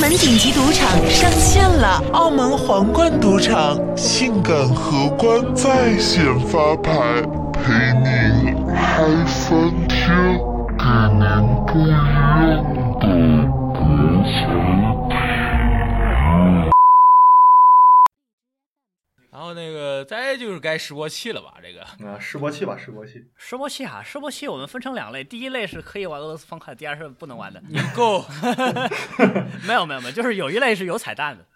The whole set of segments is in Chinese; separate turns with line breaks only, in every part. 门顶级赌场上线了，
澳门皇冠赌场
性感荷官在线发牌，陪您嗨翻天，给您不一样的国产品。
然后那个再就是该示波器了吧？这个
啊，示波器吧，示波器。
示波器啊，示波器我们分成两类，第一类是可以玩俄罗斯方块，第二是不能玩的。
嗯
你 够
没有没有没有，就是有一类是有彩蛋的，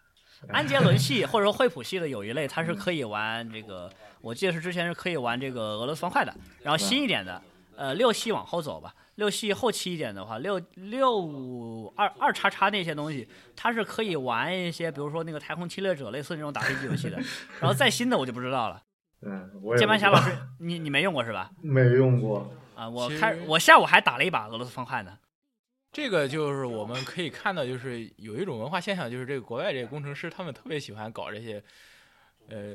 安杰伦系或者说惠普系的有一类，它是可以玩这个，我记得是之前是可以玩这个俄罗斯方块的。然后新一点的，呃，六系往后走吧，六系后期一点的话，六六二二叉叉那些东西，它是可以玩一些，比如说那个太空侵略者类似那种打飞机游戏的。然后再新的我就不知道了。
嗯，我也
键盘侠
不
老
知道
师，你你没用过是吧？
没用过。
啊，我
其实
开我下午还打了一把俄罗斯方块呢。
这个就是我们可以看到，就是有一种文化现象，就是这个国外这个工程师他们特别喜欢搞这些，呃，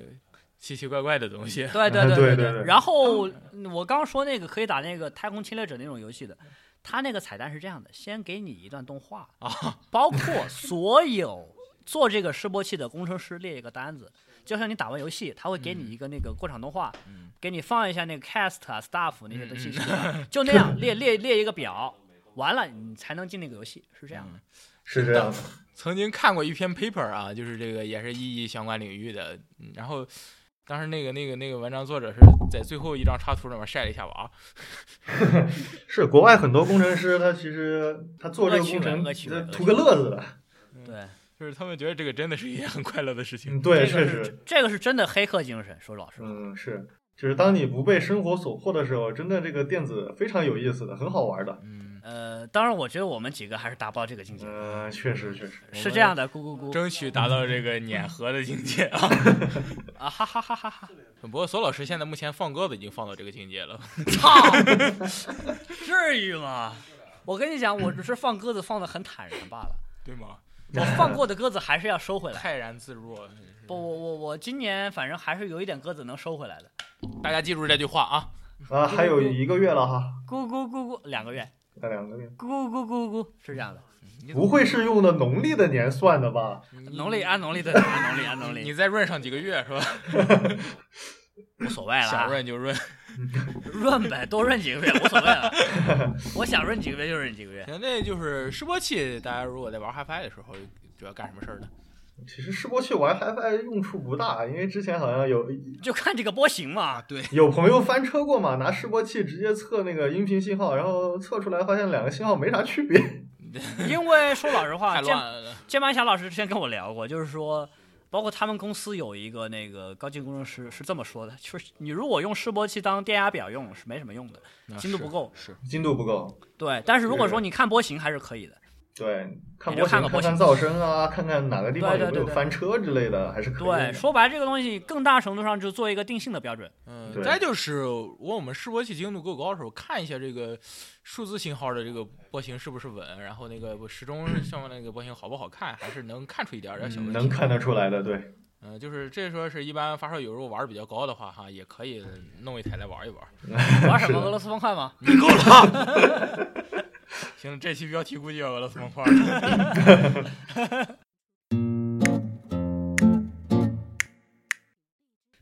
奇奇怪怪的东西。
对对
嗯
对
对
对
对对
然后嗯我刚说那个可以打那个太空侵略者那种游戏的，它那个彩蛋是这样的：先给你一段动画
哦
啊，包括所有做这个示波器的工程师列一个单子，就像你打完游戏，他会给你一个那个过场动画，
嗯
给你放一下那个 cast 啊、staff 那些东西，
嗯
啊就那样列列列一个表，完了你才能进那个游戏，是这样的。
嗯
是这样的，
曾经看过一篇 paper 啊，就是这个也是意义相关领域的，嗯然后当时那个那个那个文章作者是在最后一张插图上面晒了一下娃，
是国外很多工程师，他其实他做这个工程
恶趣味恶趣味
图个乐子的。
对，
就是他们觉得这个真的是一件很快乐的事情
嗯，。对，
这个
确
是
实，
这个是真的黑客精神，说老实话。
嗯，是，就是当你不被生活所迫的时候，真的这个电子非常有意思的，很好玩的。
嗯，
呃，当然，我觉得我们几个还是达不到这个境界。
嗯、确实确实，
是这样的，咕咕咕
争取达到呃这个碾核的境界啊！
啊，哈哈哈哈哈！
不过索老师现在目前放鸽子已经放到这个境界了，
操，至于吗？我跟你讲，我只是放鸽子放的很坦然罢了。
对吗？
我放过的鸽子还是要收回来。
泰然自若。
不，我我我今年反正还是有一点鸽子能收回来的。
大家记住这句话啊！
啊，还有一个月了哈，
咕咕咕咕，两个月，
那两个月，
咕咕咕咕咕，是这样的。
不会是用的农历的年算的吧？
农历按农历的，按农历按农
你
历，
再润上几个月是 吧？
无所谓了
想
啊。
润就润。
润呗，多润几个月无所谓了。我想润几个月就润几个月。
行， 那就是示波器，大家如果在玩 HiFi 的时候，主要干什么事儿呢？
其实示波器玩 HiFi 用处不大，因为之前好像有
就看这个波形嘛，
啊对，
有朋友翻车过嘛，拿示波器直接测那个音频信号，然后测出来发现两个信号没啥区别。
因为说老实话，
太
键
乱了。
键盘侠老师之前跟我聊过，就是说，包括他们公司有一个那个高级工程师是这么说的，就是你如果用示波器当电压表用是没什么用的，精度不够。
啊是
精度不够，
对，但是如果说
对
你看波形还是可以的。
对，看
也就
波
看
形、
个
看
波形
看噪声啊，看看哪个地方
对对
有没有
对对
翻车之类的，还是可以
对，
的。
说白了这个东西更大程度上就做一个定性的标准。
嗯，
对
再就是我们示波器精度够高的时候，看一下这个数字信号的这个波形是不是稳，然后那个时钟上面那个波形好不好看，还是能看出一点点小问题。
能看得出来的，对，？
嗯，就是这时候是一般发烧友如果玩的比较高的话，哈，也可以弄一台来玩一玩。
玩什么俄罗斯方块吗？
你够了。 行，这期标题估计要俄罗斯方块了。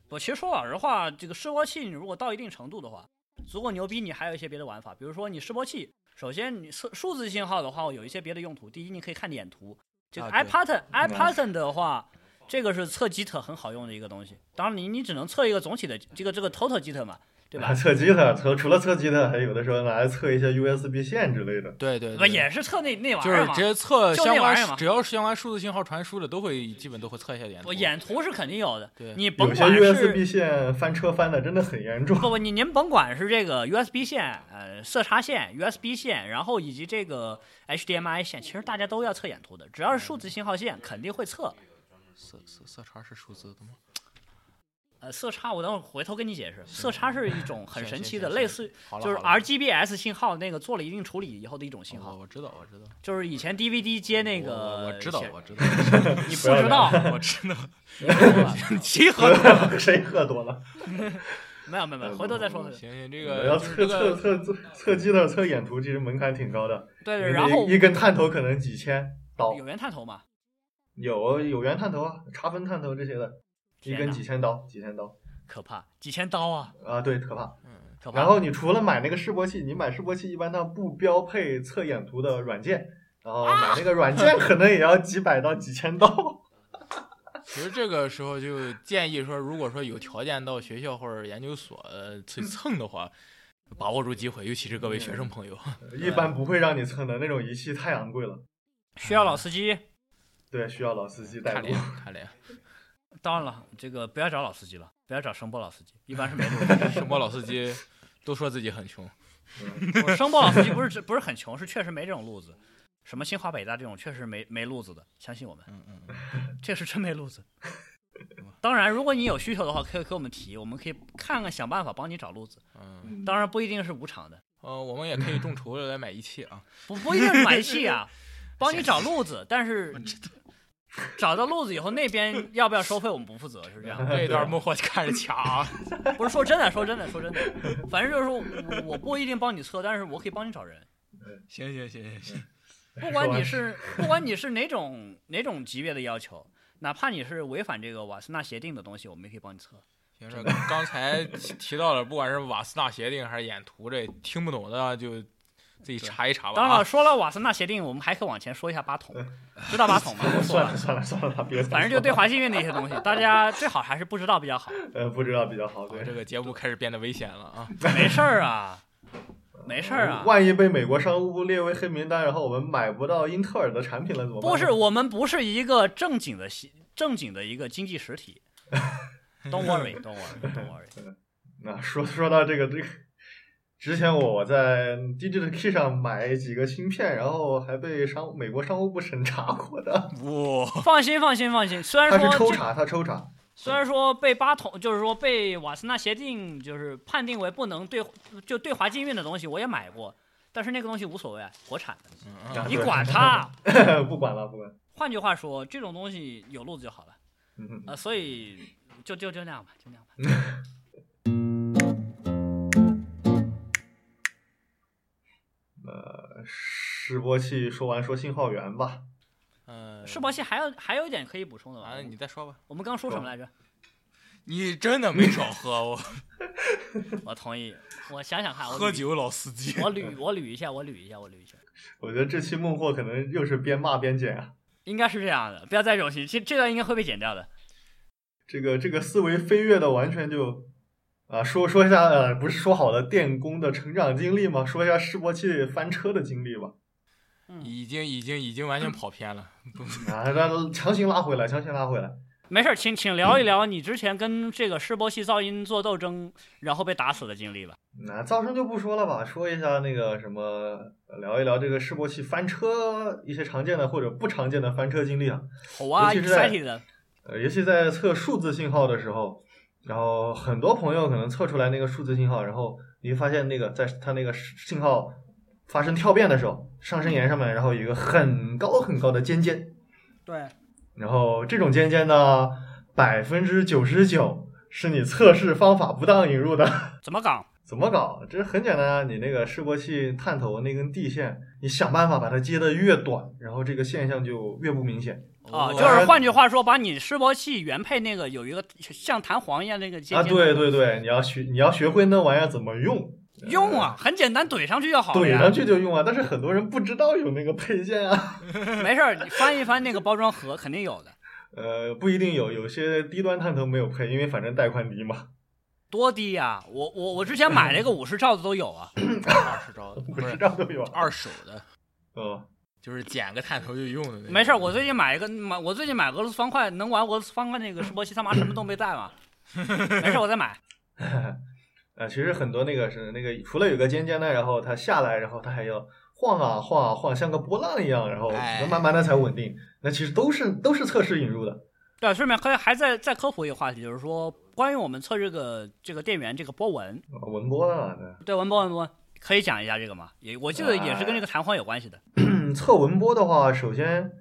不，其实说老实话，这个示波器你如果到一定程度的话，足够牛逼，你还有一些别的玩法，比如说你示波器，首先你数数字信号的话，有一些别的用途。第一，你可以看点图，这个
啊
i
对
p a t t e n i p a t t e n 的话，这个是测吉特很好用的一个东西。当然你，你只能测一个总体的这个这个 total 吉特嘛，对吧
测基特，除除了测基特，还有的时候拿来测一些 USB 线之类的。
对对
不
对，
也是测那那玩意
就
儿
是
嘛？
直接测
就
相
那玩意儿嘛
关，只要是相关数字信号传输的，都会基本都会测一下眼。
我眼图是肯定有的
对，
你甭
有些
管是
USB 线翻车翻的真的很严重。
不不，你您甭管是这个 USB 线、呃色差线、USB 线，然后以及这个 HDMI 线，其实大家都要测眼图的，只要是数
嗯
字信号线肯定会测。
色色色差是数字的吗？
呃，色差我等会儿回头跟你解释，色差是一种很
行
神
行
奇
行
的，
行
类似
好了
就是
好了
RGBS 信号那个做了一定处理以后的一种信
我
号，
我知道我知道
就是以前 DVD 接那
我我
个
我知道
显
我知道
你不
不要
知道，
我知道，
你不知道
集合的。
谁喝多了？
没有没有没有，回头再说。回头
行行，这个就
要
是这
测测
个
测测测基特、测眼图，其实门槛挺高的。
对
因
对，
为
然后
一根探头可能几千。刀
有源探头嘛？
有有源探头啊，查分探头这些的，一
天
根
哪
几千刀，几千刀
可怕，几千刀啊，
啊，对，可怕。
可怕。
然后你除了买那个示波器，你买示波器一般它不标配测眼图的软件，然后
啊
买那个软件可能也要几百到几千 刀。
其实这个时候就建议说，如果说有条件到学校或者研究所呃 去蹭的话，把握住机会，尤其是各位学生朋友。
嗯
一般不会让你蹭的那种仪器太昂贵了，
需要老司机，
对，需要老司机带
看
路
脸。，看脸，
当然了，这个不要找老司机了，不要找声波老 司机，一般是没路的。
声波老司机都说自己很穷，
我声波老司机不是指不是很穷，是确实没这种路子。什么清华北大这种确实没没路子的，相信我们，
嗯嗯嗯，
这是真没路子。当然，如果你有需求的话，可以给我们提，我们可以看看想办法帮你找路子。
嗯，
嗯
当然不一定是无偿的，
呃，我们也可以众筹来买仪器啊，
不不一定是买 戏啊，帮你找路子，但是找到路子以后，那边要不要收费我们不负责，是 这样的。
这一段幕后看着掐 啊，
不是说真的，说真的，说真的，反正就是我我不一定帮你测，但是我可以帮你找人，
行行行行 行，
不管你 是不管你是哪种哪种级别的要求，哪怕你是违反这个瓦斯纳协定的东西，我们也可以帮你测。
行这刚才提提到了，不管是瓦斯纳协定还是眼图，这听不懂的就自己查一查吧
当然了，
啊。
说了瓦斯纳协定，我们还可以往前说一下八 桶，知道八桶吗？ 我说
算
了
了，算了算了，别再
反正就
说
对
了
华西运的一些东西，大家最好还是不知道比较好。
呃不知道比较好，对
这个节目开始变得危险了啊！
没事儿啊，没事儿啊。
万一被美国商务部列为黑名单，然后我们买不到英特尔的产品了怎么办？
不是，我们不是一个正经的系正经的一个经济实 体。Don't worry, don't worry, don't worry。
那说说到这个这个，之前我在 Digital Key 上买几个芯片，然后还被商美国商务部审查过的。
哇，
放心，放心，放心。虽然
他是
说
抽
这
查，他抽查，
虽然说被巴统，就是说被瓦斯纳协定就是判定为不能对就对华禁运的东西，我也买过，但是那个东西无所谓，啊，国产的，
嗯
啊
你管它。
不管了，不管。
换句话说，这种东西有路子就好了。
嗯哼
呃，所以就就就那样吧，就那样吧。
呃，示波器说完说信号源吧，
嗯，
世博系还有还有一点可以补充的吧
哎
完了，？你再说吧。
我们刚说什么来着？
你真的没少喝，我
我同意，我想想看，我捋
喝酒老司机。
我捋我捋一下，我捋一下，我捋一下，
我觉得这期孟获可能又是边骂边剪啊。
应该是这样的，不要再冗戏，这这段应该会被剪掉的。
这个这个思维飞跃的完全就啊，说说一下呃，不是说好的电工的成长经历吗？说一下示波器翻车的经历吧。
已经已经已经完全跑偏了，
啊，让强行拉回来，强行拉回来。
没事儿，请请聊一聊你之前跟这个示波系噪音做斗争，然后被打死的经历吧。
那噪声就不说了吧，说一下那个什么，聊一聊这个示波器翻车一些常见的或者不常见的翻车经历啊。
好啊
尤其是在
，excited，
呃，尤其在测数字信号的时候，然后很多朋友可能测出来那个数字信号，然后你会发现那个在它那个信号发生跳变的时候，上升沿上面，然后有一个很高很高的尖尖，
对，
然后这种尖尖呢，百分之九十九是你测试方法不当引入的。
怎么搞？
怎么搞？这很简单啊，你那个示波器探头那根地线，你想办法把它接的越短，然后这个现象就越不明显
啊，
哦
就是换句话说，把你示波器原配那个有一个像弹簧一样那个尖尖
啊！对对对，你要学你要学会那玩意儿怎么用，
用啊，很简单，怼上去就好了
怼
呀。
上去就用啊。但是很多人不知道有那个配件啊，
没事儿，你翻一翻那个包装盒，肯定有的。
呃，不一定有，有些低端探头没有配，因为反正带宽低嘛。
多低呀、我我我之前买了一个五十兆的都有啊。
二十招的
不
不
知
是
道都有啊，
二手的，
嗯，
就是捡个探头就用的那种。
没事儿，我最近买一个买，我最近买俄罗斯方块，能玩俄罗斯方块那个示波器，他妈什么都没带嘛。没事儿，我再买。
呃，其实很多那个是那个，除了有个尖尖的，然后它下来，然后它还要晃啊晃啊晃，像个波浪一样，然后
哎
慢慢的才稳定。那其实都是都是测试引入的。
对，顺便可以还再再科普一个话题，就是说关于我们测这个这个电源这个波纹，
啊文波啊，
对，纹波纹波，可以讲一下这个吗？也我记得也是跟这个弹簧有关系的。
对，嗯测文波的话，首先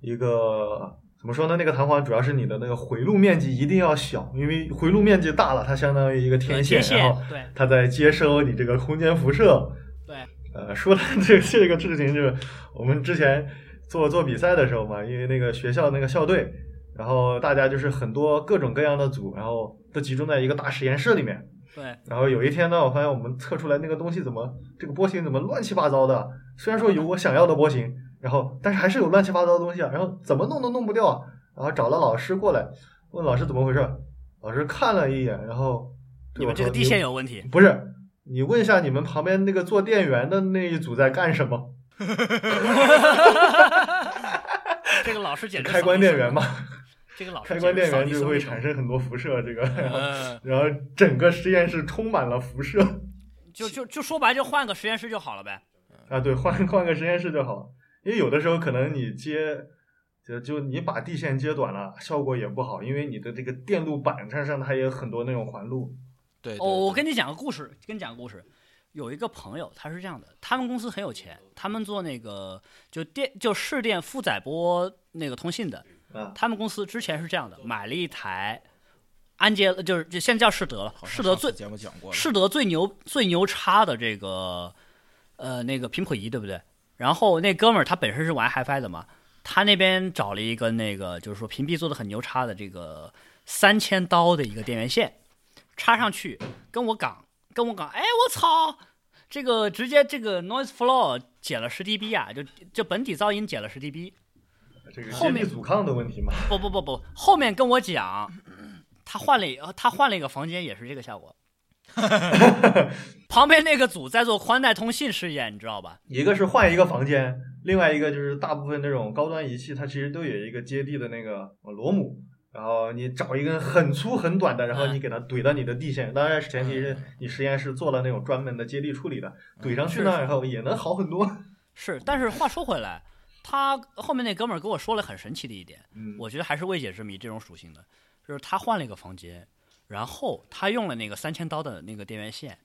一个怎么说呢？那个弹簧主要是你的那个回路面积一定要小，因为回路面积大了，它相当于一个天线，
接
然
线
后，
对
它在接收你这个空间辐射。
对，
呃，说到这这个事情，就是我们之前做做比赛的时候嘛，因为那个学校那个校队，然后大家就是很多各种各样的组，然后都集中在一个大实验室里面。
对，
然后有一天呢，我发现我们测出来那个东西怎么这个波形怎么乱七八糟的，虽然说有我想要的波形，然后但是还是有乱七八糟的东西啊，然后怎么弄都弄不掉啊，然后找了老师过来，问老师怎么回事，老师看了一眼，然后对
你
我
们这
说
个地线有 问题，
不是，你问一下你们旁边那个做电源的那一组在干什 么？
这个老师简直
开关电源嘛，
这个老师
开关电源就会
生。
产生很多辐射，这个，
嗯，
然后整个实验室充满了辐射
就就就说白，就换个实验室就好了呗。
啊！对，换 换个实验室就好了，因为有的时候可能你接。就就你把地线接短了，效果也不好，因为你的这个电路板上上它也有很多那种环路。
对。对
哦，我
对
跟你讲个故事，跟你讲个故事。有一个朋友，他是这样的，他们公司很有钱，他们做那个就电就市电负载波那个通信的。
啊
他们公司之前是这样的，买了一台安捷，就是就现在叫世德了，
好像
世德
上次
最
节目讲过了，
世德最牛最牛叉的这个呃那个频谱仪，对不对？然后那哥们儿他本身是玩 HiFi 的嘛，他那边找了一个那个就是说屏蔽做的很牛叉的这个三千刀的一个电源线，插上去跟我杠，跟我杠，哎我操！这个直接这个 noise floor 减了十 dB 啊，就就本体噪音减了十 dB。
这个
后
接
面
力阻抗的问题嘛，
不不不不，后面跟我讲，他换了一呃他换了一个房间，也是这个效果。旁边那个组在做宽带通信试验，你知道吧？
一个是换一个房间，另外一个就是大部分那种高端仪器，它其实都有一个接地的那个呃螺母，然后你找一根很粗很短的，然后你给它怼到你的地线。当然是前提是
嗯
你实验室做了那种专门的接地处理的，怼上去呢，然后也能好很多。
是，但是话说回来，他后面那哥们儿跟我说了很神奇的一点，
嗯
我觉得还是未解之谜这种属性的，就是他换了一个房间，然后他用了那个三千刀的那个电源线，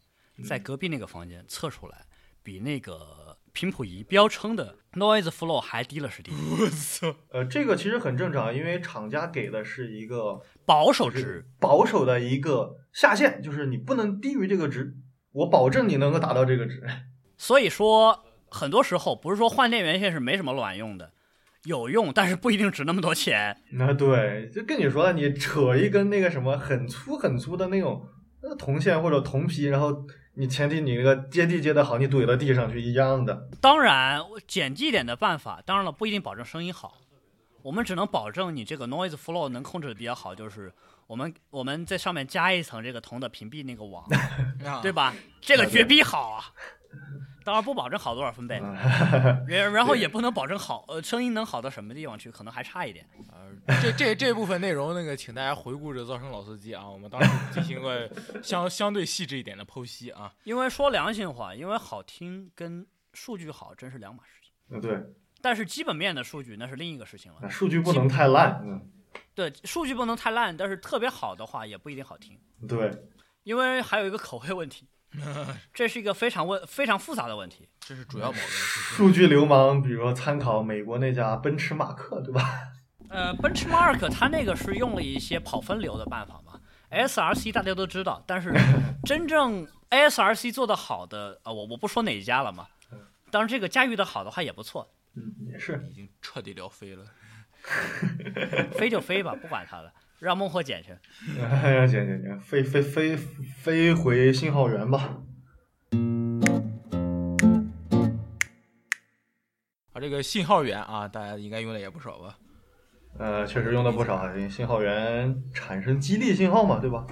在隔壁那个房间测出来，比那个频谱仪标称的 noise flow 还低了十 dB，
呃，这个其实很正常，因为厂家给的是一个
保守
就是
值。
保守的一个下限，就是你不能低于这个值，我保证你能够达到这个值。
所以说，很多时候不是说换电源线是没什么卵用的，有用，但是不一定值那么多钱。
那对，就跟你说了，你扯一根那个什么很粗很粗的那种呃铜线或者铜皮，然后你前提你那个接地接的好，你怼到地上去一样的。
当然，简易点的办法，当然了，不一定保证声音好，我们只能保证你这个 noise flow 能控制的比较好，就是我们我们在上面加一层这个铜的屏蔽那个网，
啊
对吧？这个绝逼好啊！当然不保证好多少分贝，然然后也不能保证好，呃，声音能好到什么地方去，可能还差一点。
呃这这这部分内容，那个请大家回顾着噪声老司机啊，我们当时进行过相相对细致一点的剖析啊。
因为说良心话，因为好听跟数据好真是两码事情。
嗯，对，
但是基本面的数据那是另一个事情
那
了。
数据不能太烂。嗯，
对，数据不能太烂，但是特别好的话也不一定好听，
对，
因为还有一个口味问题，这是一个非常问非常复杂的问题。
这是主要矛盾。
数据流氓，比如说参考美国那家奔驰马克，对吧？
呃，benchmark 它那个是用了一些跑分流的办法嘛，SRC 大家都知道，但是真正 SRC 做的好的啊、我我不说哪一家了嘛，当然这个驾驭的好的话也不错，
嗯，也是。
已经彻底聊飞了。
飞就飞吧，不管它了，让孟获捡去。
哎呀， 行行行，飞飞飞飞回信号源吧。
啊，这个信号源啊，大家应该用的也不少吧？
呃，确实用的不少，因为信号源产生激励信号嘛，对吧？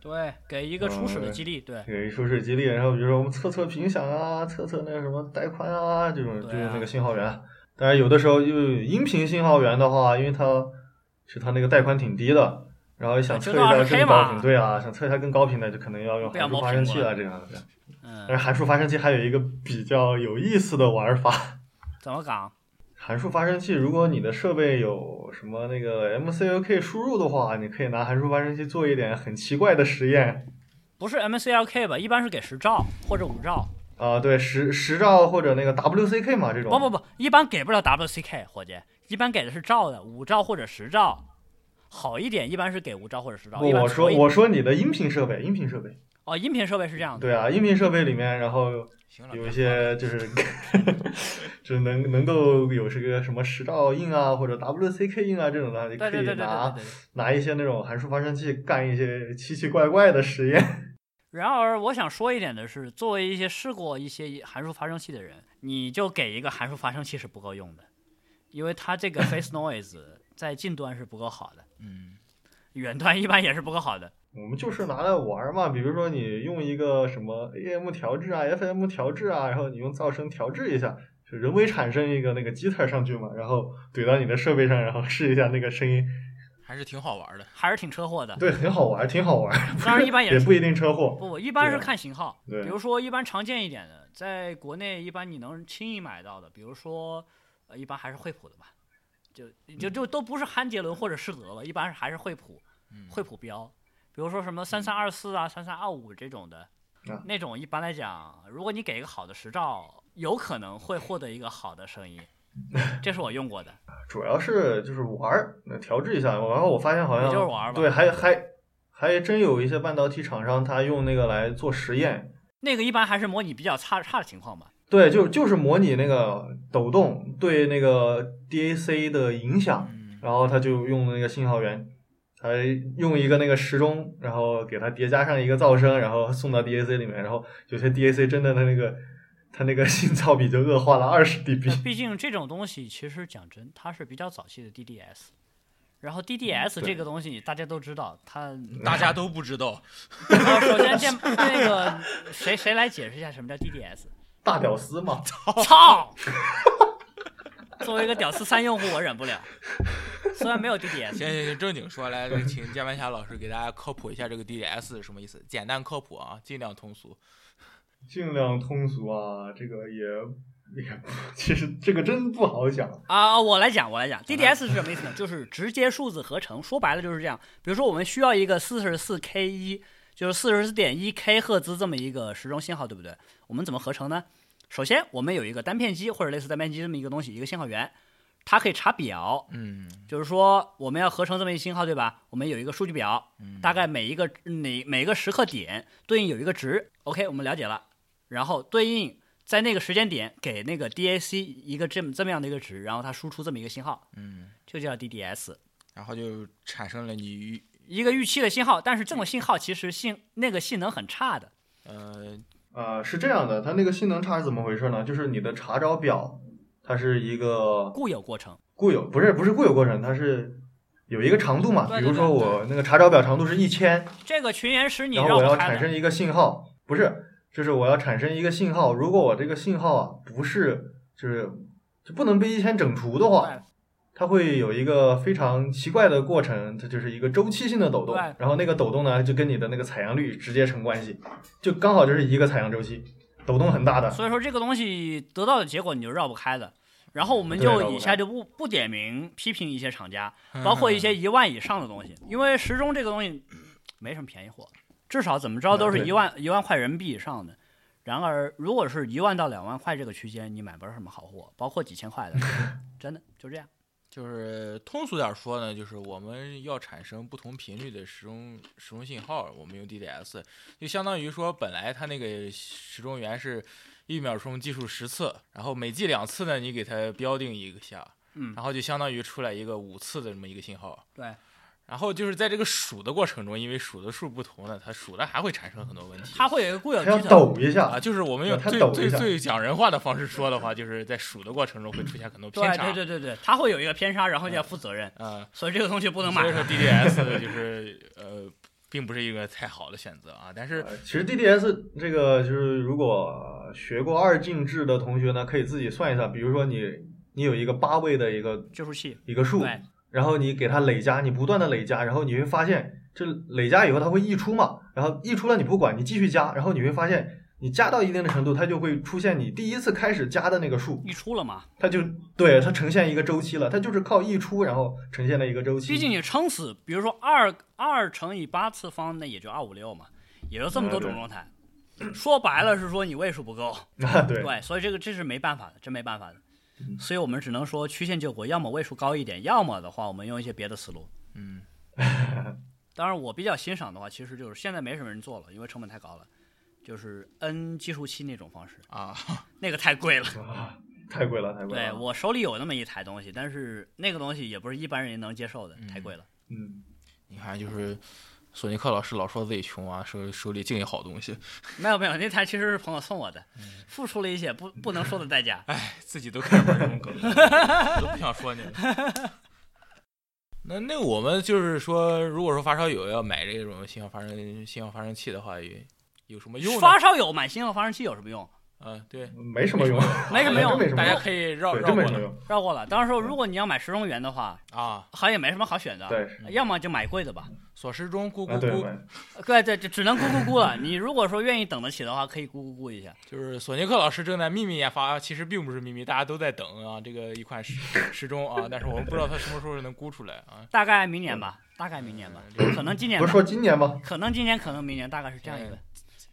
对，给一个初始的
嗯
激励，对。
有一说是激励，然后比如说我们测测频响啊，测测那个什么带宽啊，这种就
对啊
是那个信号源。当然有的时候又有音频信号源的话，因为它是它那个带宽挺低的，然后
哎
想测一下
就到
更
20K
高
嘛
频，对啊，想测一下更高频的就可能要用
不
函
要
数
猫
发生
苹
器
果
啊这样的。
嗯
但是函数发生器还有一个比较有意思的玩法，
怎么讲？
函数发生器，如果你的设备有什么那个 MCLK 输入的话，你可以拿函数发生器做一点很奇怪的实验。
不是 MCLK 吧？一般是给十兆或者五兆，
啊、对，十十兆或者那个 WCK 嘛，这种
不不不，一般给不了 WCK，伙计，一般给的是兆的，五兆或者十兆，好一点一般是给五兆或者十兆。
不
一般
我说
所以
我说你的音频设备，音频设备，
哦，音频设备是这样的，
对啊，音频设备里面，然后
行了，
有一些就是 就是能能够有这个什么十兆印啊，或者 WCK 印啊这种的，你可
对对
以
对对对对
拿
对。
拿一些那种函数发生器干一些奇奇怪怪的实验。
然而，我想说一点的是，作为一些试过一些函数发生器的人，你就给一个函数发生器是不够用的，因为它这个 face noise 在近端是不够好的，
嗯，
远端一般也是不够好的。
我们就是拿来玩儿嘛，比如说你用一个什么 AM 调制啊、FM 调制啊，然后你用噪声调制一下，就人为产生一个那个 jitter 上去嘛，然后怼到你的设备上，然后试一下那个声音，
还是挺好玩的。
还是挺车祸的。
对，很好玩儿，挺好玩儿，
当然，一般也
也
是
不一定车祸。
不，一般是
对啊
看型号。
对
比如说一般常见一点的，在国内一般你能轻易买到的，比如说呃，一般还是惠普的吧，就就
嗯
就都不是汉杰伦或者施德了，一般是还是惠普，
嗯
惠普标。比如说什么三三二四啊、三三二五这种的
啊，
那种一般来讲，如果你给一个好的时兆，有可能会获得一个好的声音。
嗯
这是我用过的，
主要是就是玩儿，那调制一下，然后我发现好像
也就是玩儿吧
对，还还还真有一些半导体厂商他用那个来做实验，
那个一般还是模拟比较差差的情况吧。
对，就就是模拟那个抖动对那个 DAC 的影响，然后他就用那个信号源，还用一个那个时钟，然后给它叠加上一个噪声，然后送到 DAC 里面，然后有些 DAC 真的它那个它那个信噪比就恶化了二十 dB。
毕竟这种东西其实讲真，它是比较早期的 DDS，然后 DDS
对
这个东西大家都知道，它
大家都不知道，
呃首先这那个谁谁来解释一下什么叫 DDS？
大屌丝嘛，
操！作为一个屌丝三用户，我忍不了。虽然没有 DDS，
行行行，正经说来，请键盘侠老师给大家科普一下这个 DDS 是什么意思，简单科普啊，尽量通俗。
尽量通俗啊，这个也也其实这个真不好讲。
啊，我来讲，我来讲，DDS 是什么意思呢？就是直接数字合成，说白了就是这样。比如说，我们需要一个四十四 K 一，就是四十四点一 K 赫兹这么一个时钟信号，对不对？我们怎么合成呢？首先，我们有一个单片机或者类似单片机这么一个东西，一个信号源，它可以查表，
嗯，
就是说我们要合成这么一信号，对吧？我们有一个数据表，
嗯
大概每一个嗯哪每个时刻点对应有一个值，OK，我们了解了。然后对应在那个时间点给那个 DAC 一个这么这么样的一个值，然后它输出这么一个信号，
嗯，
就叫 DDS，
然后就产生了你
一个预期的信号。但是这种信号其实性那个性能很差的，
呃
呃，是这样的，它那个性能差是怎么回事呢？就是你的查找表，它是一个
固有过程。
固有，不是不是固有过程，它是有一个长度嘛。
对对
比如说
对对
我那个查找表长度是一千，
这个群延时你
然
让
后我要
开
产
的
生一个信号，不是，就是我要产生一个信号。如果我这个信号啊不是就是就不能被一千整除的话，
对
它会有一个非常奇怪的过程，它就是一个周期性的抖动
对，
然后那个抖动呢就跟你的那个采样率直接成关系，就刚好就是一个采样周期，抖动很大的。
所以说这个东西得到的结果你就绕不开的。然后我们
对绕
就
不
以
开
下就不不点名批评一些厂家，包括一些
嗯
一万以上的东西，因为时钟这个东西没什么便宜货，至少怎么着都是
啊
嗯对
一万一万块人民币以上的。然而，如果是一万到两万块这个区间，你买不着什么好货，包括几千块的， 真的就这样。
就是通俗点儿说呢，就是我们要产生不同频率的时钟时钟信号，我们用 DDS，就相当于说本来它那个时钟源是一秒钟计数十次，然后每计两次呢，你给它标定一个下，
嗯
然后就相当于出来一个五次的这么一个信号。
对，
然后就是在这个数的过程中，因为数的数不同呢，它数的还会产生很多问题。
它会有一个固有
它
集
要
成，
抖一下
啊，就是我们用
它
最
抖一
最
下
最讲人话的方式说的话，就是在数的过程中会出现很多
对
偏差。
对对对对，它会有一个偏差，然后就要负责任，
嗯，
所以这个东西不能
所
买
以。说 DDS 就是呃，并不是一个太好的选择啊。但是
呃其实 DDS 这个就是，如果学过二进制的同学呢，可以自己算一下。比如说你你有一个八位的一个
计数器，
一个数，
对
然后你给它累加，你不断的累加，然后你会发现，这累加以后它会溢出嘛，然后溢出了你不管，你继续加，然后你会发现，你加到一定的程度，它就会出现你第一次开始加的那个数，
溢出了嘛，
嗯
它就对它呈现一个周期了，它就是靠溢出然后呈现了一个周期。
毕竟你撑死，比如说二二乘以八次方，那也就二五六嘛，也就这么多
啊
种状态。说白了是说你位数不够，
啊， 对，嗯
对，所以这个这是没办法的，真没办法的。所以我们只能说曲线救国，要么位数高一点，要么的话我们用一些别的思路。
嗯，
当然，我比较欣赏的话，其实就是现在没什么人做了，因为成本太高了，就是 N 计数器那种方式，
啊，
那个太贵了。
太贵了，太贵了。
对我手里有那么一台东西，但是那个东西也不是一般人能接受的，太贵了。
嗯，
你看，就是索尼克老师老说自己穷啊，手手里净有好东西，
没有没有，那台其实是朋友送我的，
嗯
付出了一 些不不能说的代价。
哎， 自己都开始玩这种梗， 我都不想说你了。 那那我们就是说，如果说发烧友要买这种信号发生信号发生器的话，也有什么用呢？
发烧友买信号发生器有什么用？
啊，对，
没什么用，
没什么用
哎真没什么
大家
用，
可以绕
对，
绕过
真没什么
来
用。
绕过了。当然说，如果你要买十中元的话，
啊。
好像也没什么好选的。
对，
要么就买贵的吧。
索时钟咕咕
啊，对，
咕，
买
对对，就只能咕咕咕了。你如果说愿意等得起的话，可以咕咕咕一下。
就是索尼克老师正在秘密研发，啊其实并不是秘密，大家都在等啊这个一款时时钟啊，但是我们不知道它什么时候能估出来啊。
大概明年吧，大概明年吧，
嗯
可能今年
不是
吧，
说今年吗？
可能今年，可能明年，大概是这样一个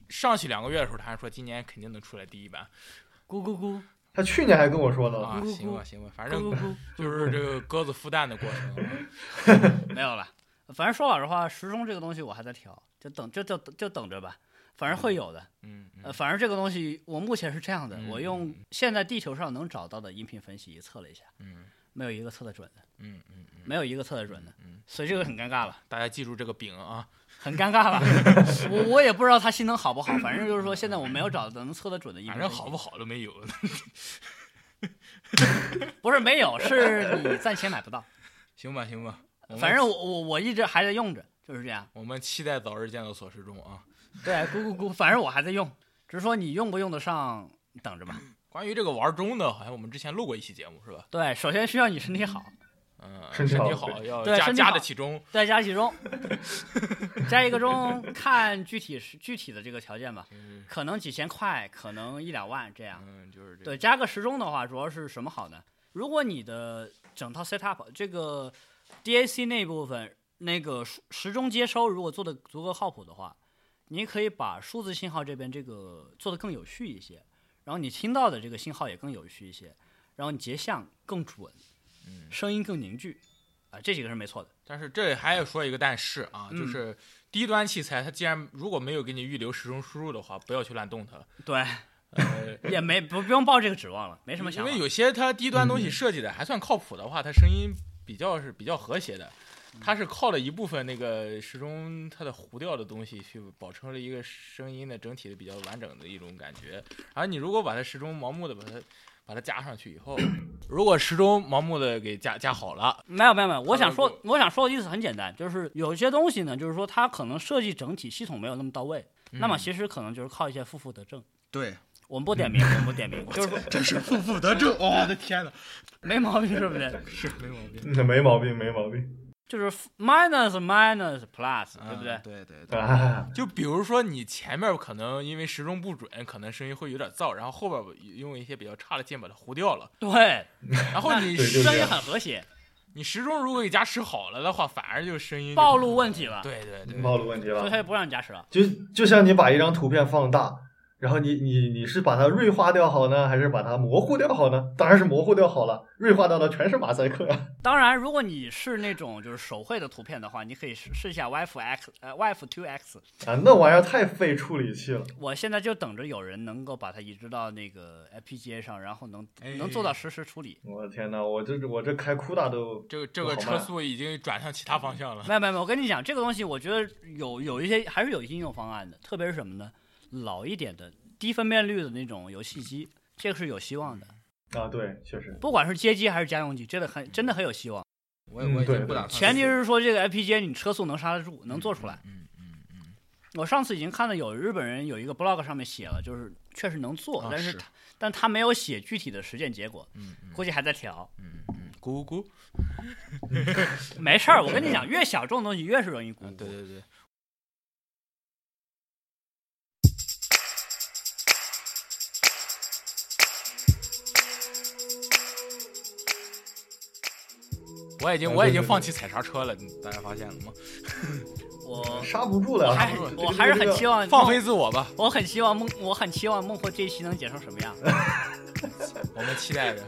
上去两个月的时候，他还说今年肯定能出来第一版
咕咕咕
他去年还跟我说呢，
啊，
咕咕
行吧行吧，反
咕咕
正
咕，
就是这个鸽子孵蛋的过程啊。
没有了。反正说老实话，时钟这个东西我还在调，就等就就就等着吧，反正会有的。
嗯，
呃，
嗯
反正这个东西我目前是这样的，
嗯
我用现在地球上能找到的音频分析仪测了一下，
嗯
没有一个测得准的，
嗯嗯嗯，
没有一个测得准的
嗯，
所以这个很尴尬了，
大家记住这个饼啊，
很尴尬了。 我我也不知道它性能好不好，反正就是说现在我没有找到能测得准的音
反
频
正
分析仪。
好不好都没有。
不是没有，是你暂且买不到。
行吧行吧，我们
反正我我我一直还在用着，就是这样。
我们期待早日见到索时钟啊。
对，咕咕咕，反正我还在用，只是说你用不用得上，等着吧。
关于这个玩钟的，好像我们之前录过一期节目是吧？
对，首先需要你身体好，
嗯，身
身体
体
好
好要
对
加
身体
加
好
得起钟。
再加几 钟，加一个钟，看具体是具体的这个条件吧，
嗯
可能几千块，可能一两万这样。
嗯，就是这个。
对，加个时钟的话，主要是什么好呢？如果你的整套 setup 这个 DAC 那部分那个数时钟接收如果做的足够靠谱的话，你可以把数字信号这边这个做的更有序一些，然后你听到的这个信号也更有序一些，然后你结像更准，声音更凝聚，啊，这几个是没错的。
但是这里还要说一个但是啊，就
嗯
是低端器材，它既然如果没有给你预留时钟输入的话，不要去乱动它。
对，
呃，
也没不不用抱这个指望了， 没什么
因
想法嗯
为。有些它低端东西设计的还算靠谱的话，它声音比较是比较和谐的。
嗯
它是靠了一部分那个时钟它的糊掉的东西去保持了一个声音的整体的比较完整的一种感觉。而你如果把它时钟盲目的把它把它加上去以后，如果时钟盲目的给加加好了，
没有没有没有，我想
过
说我想说的意思很简单，就是有些东西呢，就是说它可能设计整体系统没有那么到位，
嗯
那么其实可能就是靠一些负负得正。
对，
我们不
嗯
点名，我们不点名， 就是说
真是负负得正。 我的天哪，
没毛病，是不是？
是没毛病，
那 没毛病，没毛病
就是 minus minus plus，对不对
嗯？对对对。
啊！
就比如说你前面可能因为时钟不准，可能声音会有点燥，然后后边用一些比较差的键把它糊掉了，
对，
然后你
对就是这
声音
样
很和谐，
你时钟如果给加持好了的话，反而就声音就
暴露问题了，
对对对，
暴露问题
所以他
了，
就不让你加持了。
就就像你把一张图片放大，然后你你你是把它锐化掉好呢，还是把它模糊掉好呢？当然是模糊掉好了，锐化掉的全是马赛克啊！
当然，如果你是那种就是手绘的图片的话，你可以试试一下 YF X 呃 YF Two X，
啊，那玩意儿太费处理器了。
我现在就等着有人能够把它移植到那个 FPGA 上，然后能
哎
能做到实时处理。
我的天呐，我这我这开酷大都
这个这个
好
车
慢
速已经转向其他方向了。
没有没有没有，我跟你讲，这个东西我觉得有有一些还是有一些应用方案的，特别是什么呢？老一点的低分辨率的那种游戏机，这个是有希望的，
嗯
啊，对，确实，
不管是街机还是家用机，真的很真的很有希
啊
望。
我
嗯
我已
对
经不
对
打算
前提是说这个 FPGA 你车速能刹得住，能做出来。
嗯嗯嗯，
我上次已经看到有日本人有一个 blog 上面写了，就是确实能做，
啊
但是
是
他但他没有写具体的实践结果，
嗯嗯
估计还在调。
嗯嗯，咕咕咕，
没事儿，我跟你讲，越小众的东西越是容易估
嗯，。对对对。我已经
嗯
我已
对
经
对
放
对
弃踩刹车了，你大家发现了吗？
我
刹不住了
我
呀。
还
这个
我还是很希望
放飞自我吧，
我很希望孟，我很期望孟获这一期能剪成什么样。
我们期待着。